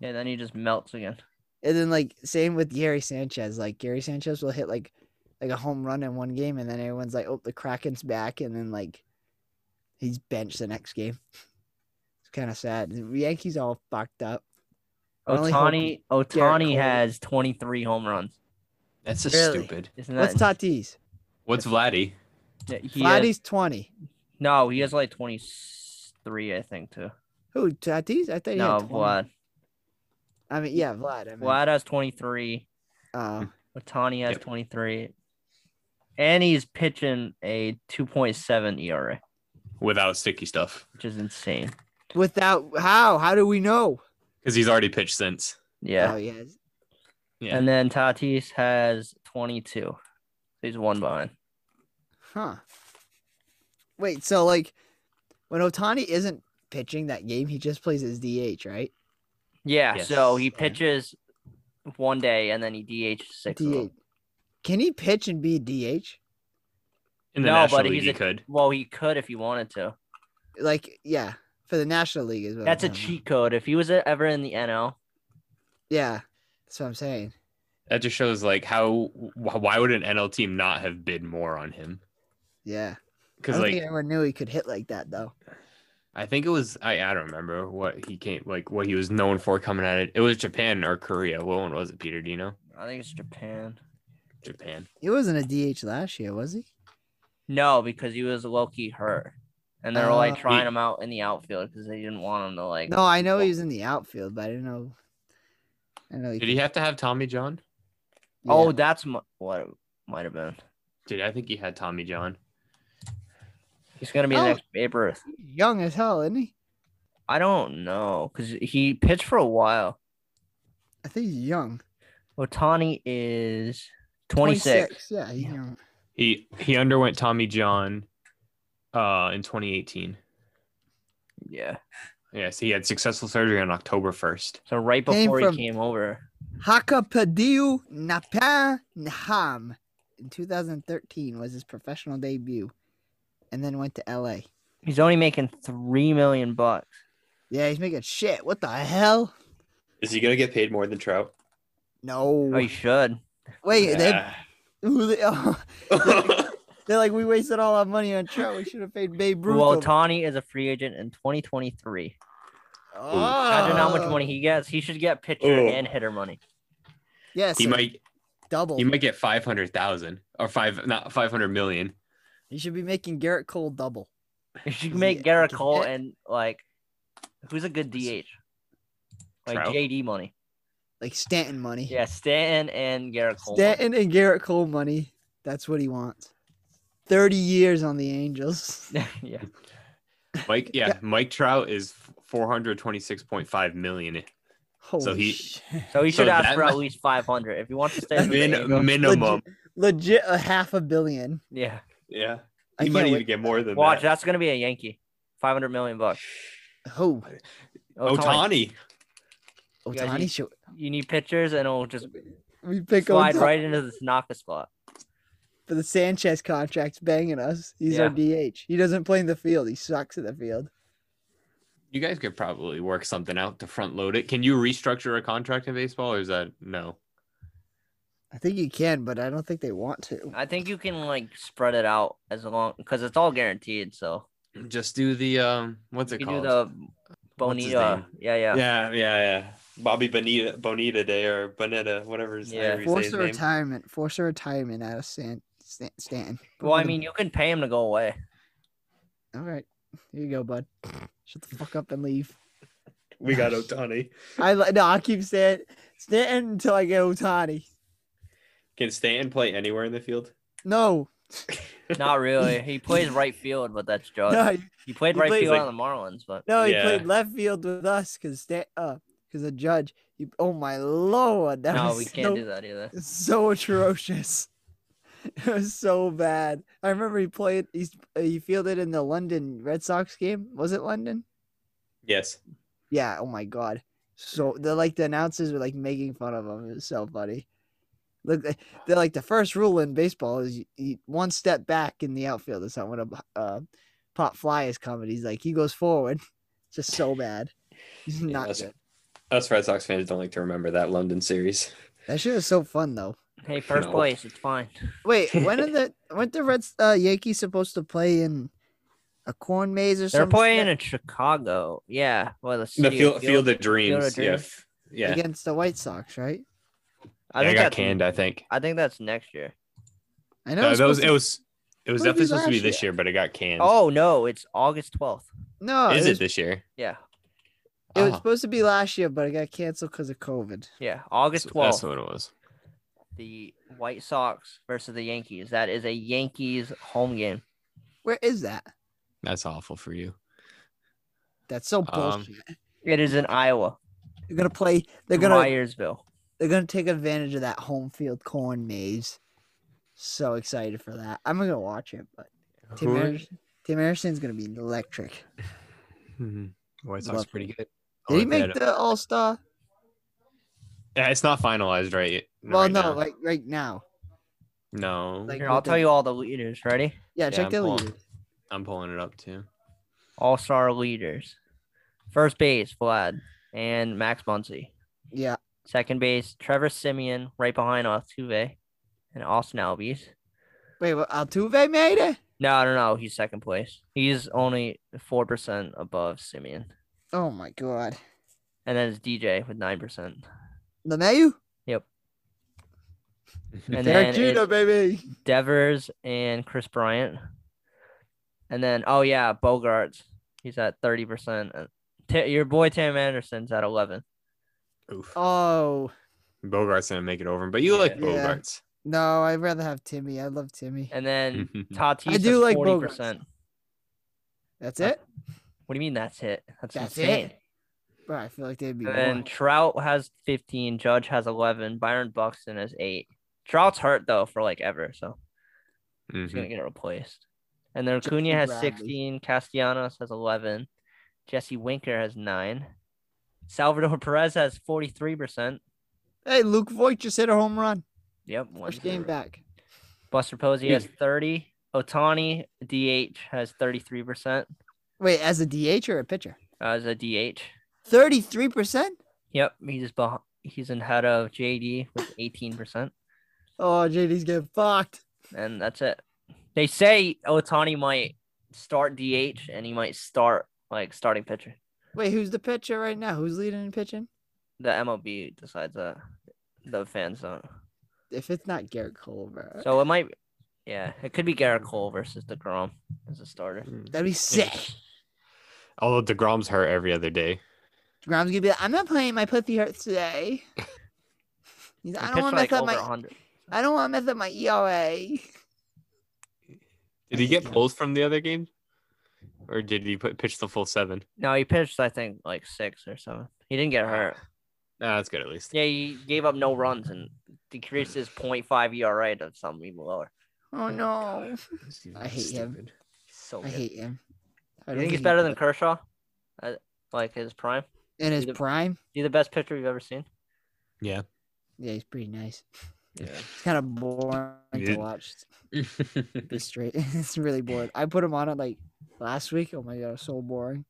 Yeah, then he just melts again.
And then like same with Gary Sanchez. Like Gary Sanchez will hit like like a home run in one game, and then everyone's like, "Oh, the Kraken's back," and then like he's benched the next game. It's kind of sad. The Yankees all fucked up. I only hope
Otani
Garrett
Otani
Cole-
has 23 home runs.
That's just
Really?
stupid.
Isn't that
What's Tatis?
What's Vladdy?
yeah, he has-
Vladdy's twenty.
No, he has like 23, I think, too.
Who Tatis? I thought he
No,
had 20.
Vlad.
I mean, yeah, Vlad. I mean,
Vlad has 23.
uh,
Otani has
Yep.
23. And he's pitching a 2.7 ERA,
Without sticky stuff,
E which is insane.
without how? How do we know?
because he's already pitched since.
Yeah.
Oh yes.
yeah.
And then Tatis has 22. So he's one behind.
Huh. Wait. So like, when Otani isn't pitching that game, he just plays as DH, right?
Yeah. So
Yes.
he pitches one day and then he DH six. of them.
DH. Can he pitch and be DH?
In the
No,
National
but
League,
he's
he
a-
could.
Well, he could if he wanted to.
Like, yeah, for the National League as well.
That's a cheat code. If he was ever in the NL,
Yeah, that's what I'm saying.
That just shows like how. wh- Why would an NL team not have bid more on him?
Yeah, I
Because
don't
like
think anyone knew he could hit like that though.
I think it was I, I don't remember what he came like what he was known for coming at it. It was Japan or Korea. What one was it, Peter? Do you know?
I think it's Japan.
Japan.
He wasn't a DH last year, was he?
No, because he was low key hurt. And they were
Uh,
like trying him out in the outfield because they didn't want him to like.
No, I know
well-
he was in the outfield, but I didn't know. I know.
Did he have to have Tommy John?
yeah.
Oh, that's mu- what it might have been.
Dude, I think he had Tommy John.
He's gonna be the
Oh.
next Babe Ruth.
He's young as hell, isn't he?
I don't know because he pitched for a while.
I think he's young.
Otani is 26.
Yeah, he's
Yeah.
young.
He he underwent Tommy John uh in 2018.
Yeah.
Yes, he had successful surgery on October 1st.
So right
Came
before
from-
he came over.
Hakapadiu Napa Naham in 2013 was his professional debut, and then went to LA.
He's only making three million bucks.
Yeah, he's making shit. What the hell?
Is he gonna get paid more than Trout?
No.
Oh, he should.
Wait, they, who they, oh, they're like, we wasted all our money on Trout. We should have paid Babe Ruth.
Well,
over-
Otani is a free agent in 2023.
oh.
Imagine how much money he gets. He should get pitcher
Oh.
and hitter money.
Yes,
he
so
might
double.
he might get 500,000 or 5 not 500 million.
He should be making Garrett Cole double.
He should
Is
make
he-
Garrett Cole
Yeah.
and like, who's a good DH? Like
Trout?
JD money.
Like Stanton money.
Yeah, Stanton and Garrett Cole. money.
Stanton and Garrett Cole money. That's what he wants. 30 years on the Angels.
yeah.
Mike yeah, Mike Trout is 426.5 million
Holy
he-
shit.
So he
So
should ask
that
for
mu-
at least 500 if he wants to stay. with the Angels,
Min- minimum.
legit a half a billion.
yeah.
Yeah.
I
He might
can't
even
wait.
get more than
Watch,
that.
that's gonna be a Yankee. 500 million bucks.
Who?
Otani.
guys
Otani
need-
should
You need pitchers, and it'll just
we pick
slide
Otani
right into the Tanaka spot.
for the Sanchez contract's banging us. He's our
Yeah.
DH. He doesn't play in the field. He sucks at the field.
You guys could probably work something out to front load it. Can you restructure a contract in baseball or is that no?
I think you can, but I don't think they want to.
I think you can like spread it out as long because it's all guaranteed. So
Just do the um what's it
you do
called?
the
What's his
Bonita. Yeah, yeah,
yeah, yeah, yeah. Bobby Bonita Bonita Day or Bonetta, whatever his
Yeah.
however you say
Force
his
a
name.
retirement. Force a retirement out of San, Stan Stanton.
Well, I mean, you can pay him to go away.
all right, here you go, bud. Shut the fuck up and leave.
We got Otani.
I li- no, I keep saying Stanton until I get Otani.
Can Stanton play anywhere in the field?
No,
Not really. He plays right field, but that's Judge.
no, he-
he played
he
right
plays
field
like-
on the Marlins, but
no. He
Yeah.
played left field with us because uh, because a judge. He, oh my lord, that
no,
was
we can't
so,
do that either.
so atrocious. It was so bad. I remember he played. He's, he fielded in the London Red Sox game. Was it London?
Yes.
Yeah. Oh my god. So they're like the announcers were like making fun of him. It was so funny. Look, they- they're like the first rule in baseball is you, you, one step back in the outfield or something. When a uh, pop fly is coming, he's like he goes forward. It's Just so bad. He's
Yeah,
not
that's-
good.
Us Red Sox fans don't like to remember that London series.
That shit was so fun though.
Hey, first
No.
place, it's fine.
Wait, when are the weren't the Reds uh, Yankees supposed to play in a corn maze or
They're
something?
playing in Chicago. Yeah. Well, the,
The
city of
field, field of
Field
Dreams.
of
Yeah.
Dreams.
f- Yeah.
against the White Sox, right?
I
They
think
got
that's,
canned, I think.
I think that's next year.
I know.
No,
it's
that was
supposed
it
to-
was it was
What did
definitely
we
supposed to be
last
this year, but it got canned.
Oh no, it's August twelfth.
no.
is
it,
it,
was,
this year?
Yeah.
it was
Oh,
supposed to be last year, but it got canceled because of COVID.
Yeah. August
that's-
twelfth.
That's what it was.
The White Sox versus the Yankees. That is a Yankees home game.
Where is that?
That's awful for you.
That's so
Um,
bullshit.
It is in Iowa.
they're gonna play. They're
They're
gonna.
Ryersville.
They're gonna take advantage of that home field corn maze. So excited for that. I'm gonna watch it, but Tim, Anderson, Tim Anderson's gonna be electric.
White
Sox
Sox
Love
pretty good.
Did he make the All Star?
it's not finalized right yet.
Well,
right
no,
now.
like right now.
no.
like-
Here, I'll
with
tell
the-
you all the leaders. Ready?
Yeah,
Yeah,
check
I'm
the
pulling-
lead.
I'm pulling it up too.
All star leaders. First base, Vlad and Max Muncy.
Yeah,
Second base, Trevor Simeon, right behind Altuve and Austin Albies.
wait, what, Altuve made it.
No, no, no. He's second place. He's only four percent above Simeon,
Oh my god,
and then it's DJ with nine percent.
Lemayu,
And
Derek
then
Jeter,
it's
baby.
Devers and Chris Bryant. And then oh yeah, Bogarts. He's at thirty percent. Your boy Tam Anderson's at eleven.
Oof.
Oh
Bogart's gonna make it over, but you like
Yeah.
Bogarts.
no, I'd rather have Timmy. I love Timmy.
And then Tatis.
do like
forty
Bogarts.
percent.
That's
Uh,
it,
What do you mean that's it? That's,
That's
insane.
it? bro. I feel like they'd be.
And then
one.
Trout has fifteen. Judge has eleven. Byron Buxton has eight. Trout's hurt though for like ever, so he's
Mhm.
gonna get replaced. And then
Jesse
Acuna has
Bradley.
sixteen. Castellanos has eleven. Jesse Winker has nine. Salvador Perez has forty-three percent.
Hey, Luke Voigt just hit a home run.
Yep, one
First game back.
Buster Posey
You-
has thirty. Otani DH has thirty-three percent uh,
Wait, as a DH or a pitcher?
as a DH.
Thirty-three percent.
Yep, he's beh- he's in head of JD with eighteen percent,
Oh, JD's getting fucked.
and that's it. They say Otani might start DH and he might start like starting pitcher.
Wait, who's the pitcher right now? Who's leading in pitching?
The MLB decides that. The fans don't.
If it's not Garrett Cole, bro,
So it might, yeah, it could be Garrett Cole versus Degrom as a starter.
that'd be sick.
Mm-hmm. Although Degrom's hurt every other day.
Grom's gonna be like, I'm not playing my pussy hurts today. He's like,
He
I don't
pitched,
want to mess up
over
my
100.
I don't want to mess up my E ERA.
Did he get pulled from the other game, or did he put, pitch the full seven?
No, he pitched I think like six or seven. He didn't get hurt.
Nah, that's good at least.
Yeah, he gave up no runs and decreased his 0.5 ERA to something even lower.
Oh no,
I
I hate him.
He's so
I
good.
hate him. I
you
don't
think he's
he-
better than Kershaw? Uh, like his prime?
in his
he's a-
prime?
He the best pitcher you've ever seen?
Yeah, he's pretty nice.
Yeah.
It's kind of boring to
Yeah.
watch. to Be straight. it's really boring. I put him on it like last week. Oh my god, it was so boring.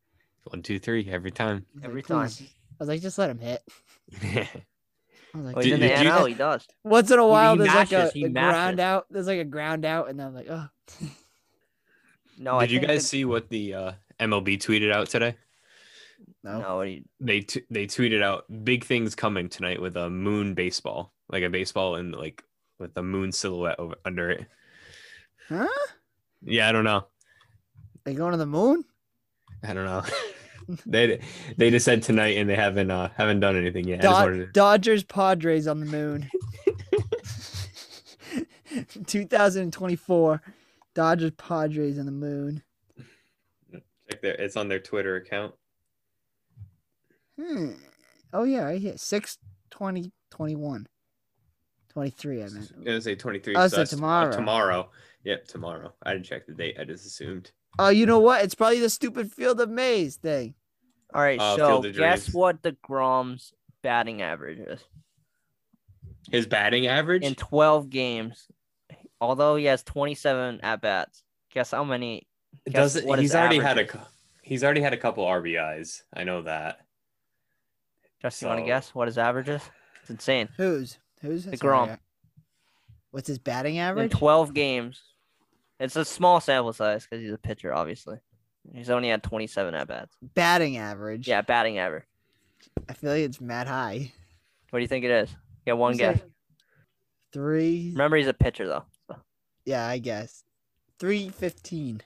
One, two, three every time.
I was
Every
like,
time.
"Please." I was like, just let him hit. I was like,
Well,
Do-
he's in the
do you-
NL, he does.
Once in a while, there's like a,
mashes, he
a ground
mashes.
out. There's like a ground out, and I'm like, oh,
No, I
Did you
think
guys
that-
see what the uh, MLB tweeted out today?
no.
No, he,
They t- they tweeted out big things coming tonight with a moon baseball, like a baseball and like with the moon silhouette over under it.
Huh?
Yeah, I don't know.
They going to the moon?
I don't know. They they just said tonight, and they haven't uh, haven't done anything yet. I just
Dod-
wanted to-
Dodgers Padres on the moon. 2024 Dodgers Padres on the moon.
check their, it's on their Twitter account.
Hmm. Oh yeah, right here. 6 20 21. 23 I meant.
I'm gonna say twenty three.
Oh, so tomorrow.
tomorrow. Yep, tomorrow. I didn't check the date. I just assumed.
Oh, you know what? It's probably the stupid field of maze thing.
All right,
Uh,
so
Field of
guess
Dreams.
what the Grom's batting average is
His batting average.
in 12 games. Although he has 27 at bats, guess how many? guess
Does it,
what his
he's already had a
average is.
cou- he's already had a couple RBIs. I know that.
Just you want
so-
to guess what his average is? It's insane.
Who's who's his
DeGrom.
What's his batting
In
average?
12 games, it's a small sample size because he's a pitcher, obviously. He's only had 27 at bats.
batting average.
Yeah, batting average.
I feel like it's mad high.
What do you think it is? Yeah, one
He's
guess.
like Three.
Remember, he's a pitcher though. So,
Yeah, I guess. 315.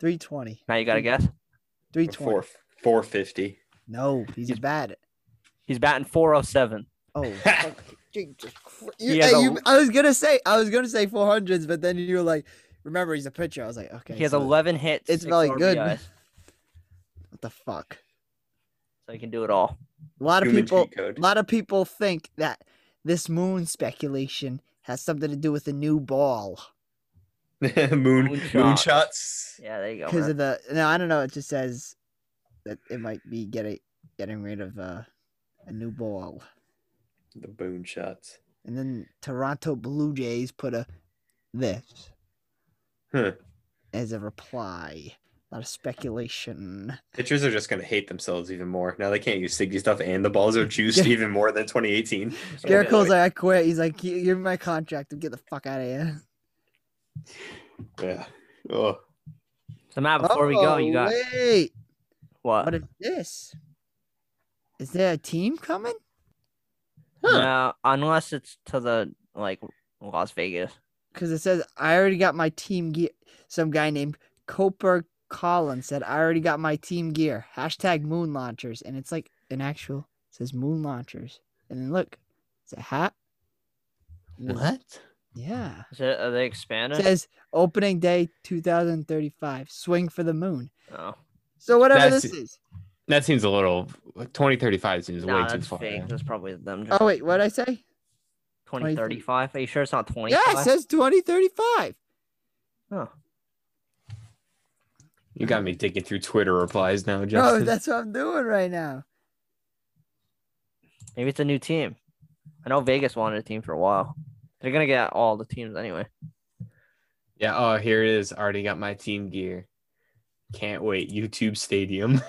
320.
Now you got to guess.
320.
four fifty.
No, he's,
He's-
bad.
He's batting 407.
Oh, fuck. Jesus Christ. You-
He has
hey, you-
a-
I was gonna say I was gonna say 400s, but then you were like, remember he's a pitcher. I was like, okay.
He has
so
11 hits.
It's
six
very good.
RBIs,
What the fuck?
So he can do it all.
A lot of
Human
people.
cheat code.
A lot of people think that this moon speculation has something to do with the new ball
Moon
Moonshot.
moonshots.
Yeah, there you go.
because
Man.
of the. No, I don't know. It just says that it might be getting getting rid of uh, a new ball.
The moonshots.
And then Toronto Blue Jays put a this
Huh.
as a reply. A lot of speculation.
Pitchers are just gonna hate themselves even more now. They can't use sticky stuff, and the balls are juiced even more than 2018. So
Garrett Cole's
like,
like, I quit. He's like, "Gi- give me my contract and get the fuck out of here.
yeah. Oh,
So Matt, before we go, you got
Oh, wait.
what?
What is this? Is there a team coming?
No, unless it's to the like Las Vegas.
Because it says I already got my team gear. Some guy named Coper Collins said I already got my team gear. Hashtag Moon Launchers, and it's like an actual it says Moon Launchers, and then look, it's a hat.
what?
Yeah.
Is it, are they
It
expanded?
says opening day 2035. Swing for the moon.
No,
So whatever
That's-
this is.
That seems a little. 2035 seems
nah,
way too
that's
far.
fake. That's probably them.
Oh wait, what did I say?
2035. Are you sure it's not 20?
Yeah, it says 2035.
oh.
You got me digging through Twitter replies now,
Bro,
Justin.
Oh, that's what I'm doing right now.
Maybe it's a new team. I know Vegas wanted a team for a while. They're gonna get all the teams anyway.
yeah. Oh, here it is. Already got my team gear. Can't wait. YouTube Stadium.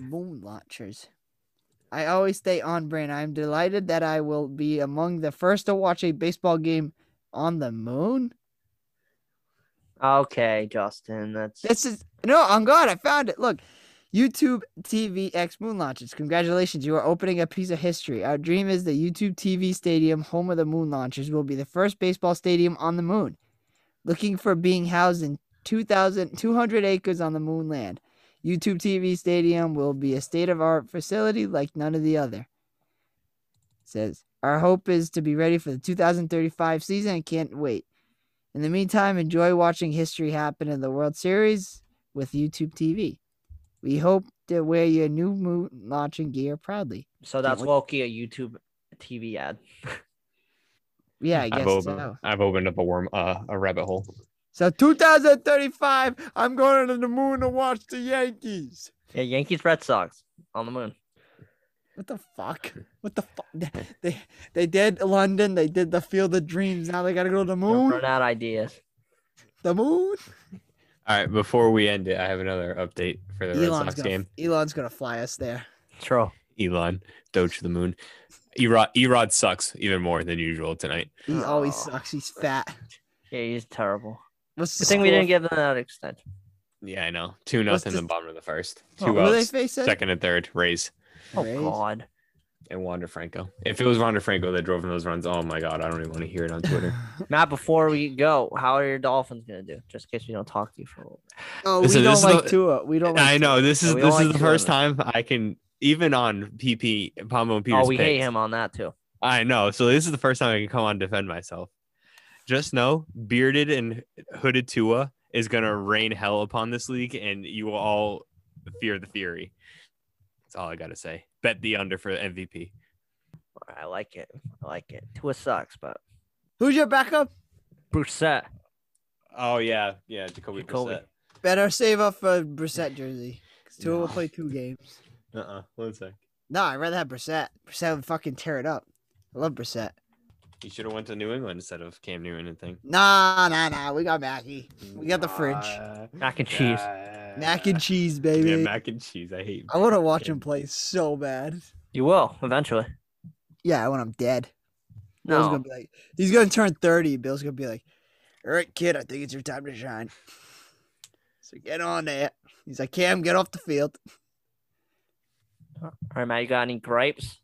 Moon launchers. I always stay on brand. I am delighted that I will be among the first to watch a baseball game on the moon.
Okay, Justin. That's
This is no, on God, I found it. Look, YouTube TV X Moon Launches. Congratulations, you are opening a piece of history. Our dream is the YouTube TV Stadium, home of the Moon Launchers, will be the first baseball stadium on the moon. Looking for being housed in 2,000 200 acres on the moon land. YouTube TV Stadium will be a state of art facility like none of the other. It says, Our hope is to be ready for the 2035 season and can't wait. In the meantime, enjoy watching history happen in the World Series with YouTube TV. We hope to wear your new moon launching gear proudly.
so that's
what-
Loki a YouTube TV ad.
Yeah, I guess
I've opened,
so.
I've opened up a worm, uh, a rabbit hole.
So 2035, I'm going to the moon to watch the Yankees.
Yeah, Yankees Red Sox on the moon.
What the fuck? What the fuck? They, they they did London, they did the Field of Dreams. Now they gotta go to the
Don't
moon.
Run out ideas.
The moon.
All right. Before we end it, I have another update for the Red
Elon's
Sox
gonna,
game.
Elon's gonna fly us there.
True.
Elon, Doge to the moon. Erod, Erod sucks even more than usual tonight.
He always
Oh.
Aw.
sucks. He's fat.
Yeah, he's terrible.
What's the
Good thing we didn't
score?
give them that extension.
Yeah, I know. Two
What's
nothing in
this-
the bottom of the first.
Oh,
Two
who are they
outs.
facing?
Second and third. Rays.
Oh
Rays?
God.
and Juan DeFranco. If it was Juan DeFranco that drove in those runs, oh my god, I don't even want to hear it on Twitter.
Matt, before we go, how are your Dolphins gonna do? Just in case we don't talk to you for a little. bit.
Oh,
Listen,
we don't
this is
like
the-
Tua. We don't. Like
I know this
Yeah,
is
Oh, we don't
this
like
is the
Tua,
first
though.
time I can even on PP Pombo and Peters.
Oh, we hate
picks,
him on that too.
I know. So this is the first time I can come on and defend myself. Just know, bearded and hooded Tua is gonna rain hell upon this league, and you will all fear the theory. That's all I gotta say. Bet the under for MVP.
I like it. I like it. Tua sucks, but
Who's your backup?
Brissett.
Oh yeah, yeah, Jacoby.
Jacoby.
Brissett.
Better save up for Brissett jersey. Cause Tua will
No.
play two games.
Uh-uh. One sec.
No, I'd rather have Brissett. Brissett would fucking tear it up. I love Brissett.
You should have went to New England instead of Cam Newton and thing.
Nah, nah, nah. We got Mackie. We got the fridge.
Mac and cheese.
Mac and cheese,
Yeah,
baby.
mac and cheese. I hate.
I want to watch him play so bad.
You will eventually.
Yeah, when I'm dead. Bill's gonna
No,
be like, he's gonna turn thirty. Bill's gonna be like, "All right, kid, I think it's your time to shine." So get on there. He's like, "Cam, get off the field."
All right, Matt, you got any gripes?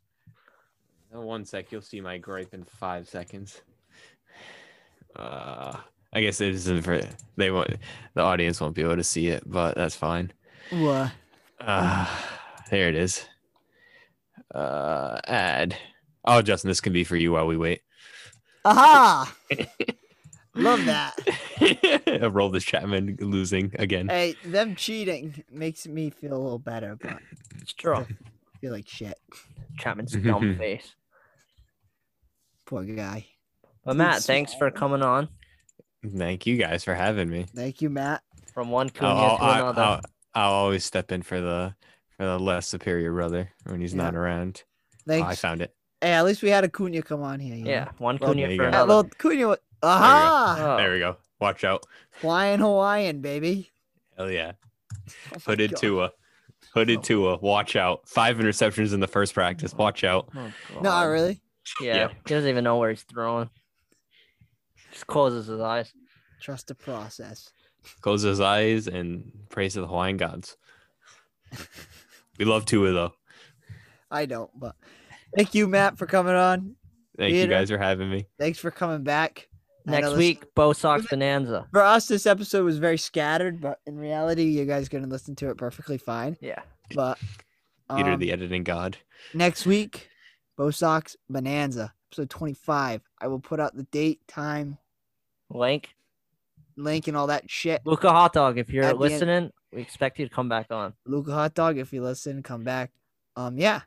Oh, One sec, you'll see my gripe in five seconds. Uh, I guess it isn't for they won't. The audience won't be able to see it, but that's fine.
What?
Uh, there it is. Uh, ad. Oh, Justin, this can be for you while we wait.
Aha! Love that.
Roll this Chapman losing again.
Hey, them cheating makes me feel a little better, but I
It's true.
feel like shit.
Chapman's dumb face.
Poor guy.
But
Dude,
Matt,
so
thanks for
awful.
coming on
Thank you guys for having me.
Thank you, Matt.
from one
I'll,
Cunha
I'll,
to
I'll,
another.
I'll- I'll always step in for the for the less superior brother when he's not around. Oh, I
Thanks.
found it.
hey, at least we had a Cunha come on here. you know?
yeah, one
Well,
Cunha
there you
for
go.
That
another.
little Cunha. wa- Aha!
Oh,
There we go. Watch out.
Flying Hawaiian, baby.
Hell yeah.
Oh my
Hooded
God.
Tua. Hooded Tua. Watch out. Five interceptions in the first practice. Watch out.
oh,
No,
God.
really.
Yeah,
Yeah.
he doesn't even know where he's throwing. Just closes his eyes.
Trust the process.
Close his eyes and praise to the Hawaiian gods. We love Tua though.
I don't, but thank you, Matt, for coming on.
Thank you
Peter.
guys for having me.
Thanks for coming back. I know
Next
this-
week, Bo Sox Bonanza.
for us, this episode was very scattered, but in reality, you guys gonna listen to it perfectly fine.
Yeah.
But
Peter
um,
the editing god.
next week, Bo Sox Bonanza episode twenty five. I will put out the date, time,
Link.
link, and all that shit.
Luca Hot Dog, if you're
At the end-
listening, we expect you to come back on.
Luca Hot Dog, if you listen, come back. Um, yeah,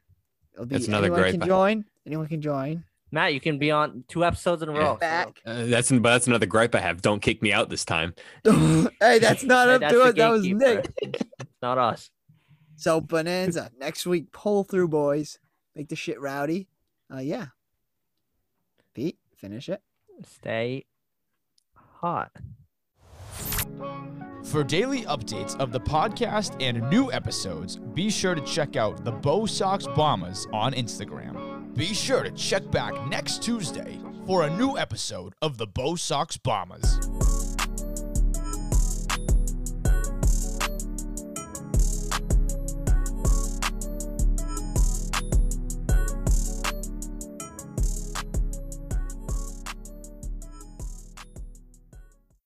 it'll be
That's another
anyone
gripe
can
I-
join. Anyone can join.
Matt, you can be on two episodes in a row. so-
Back.
Uh, that's but that's another gripe I have. Don't kick me out this time.
hey, that's not
Hey,
up
that's
to
the
us. That was
gatekeeper.
Nick.
Not us.
So bonanza next week. Pull through, boys. Make the shit rowdy. Uh, yeah. Pete, finish it.
Stay hot.
For daily updates of the podcast and new episodes, be sure to check out the Bow Sox Bombers on Instagram. Be sure to check back next Tuesday for a new episode of the Bow Sox Bombers.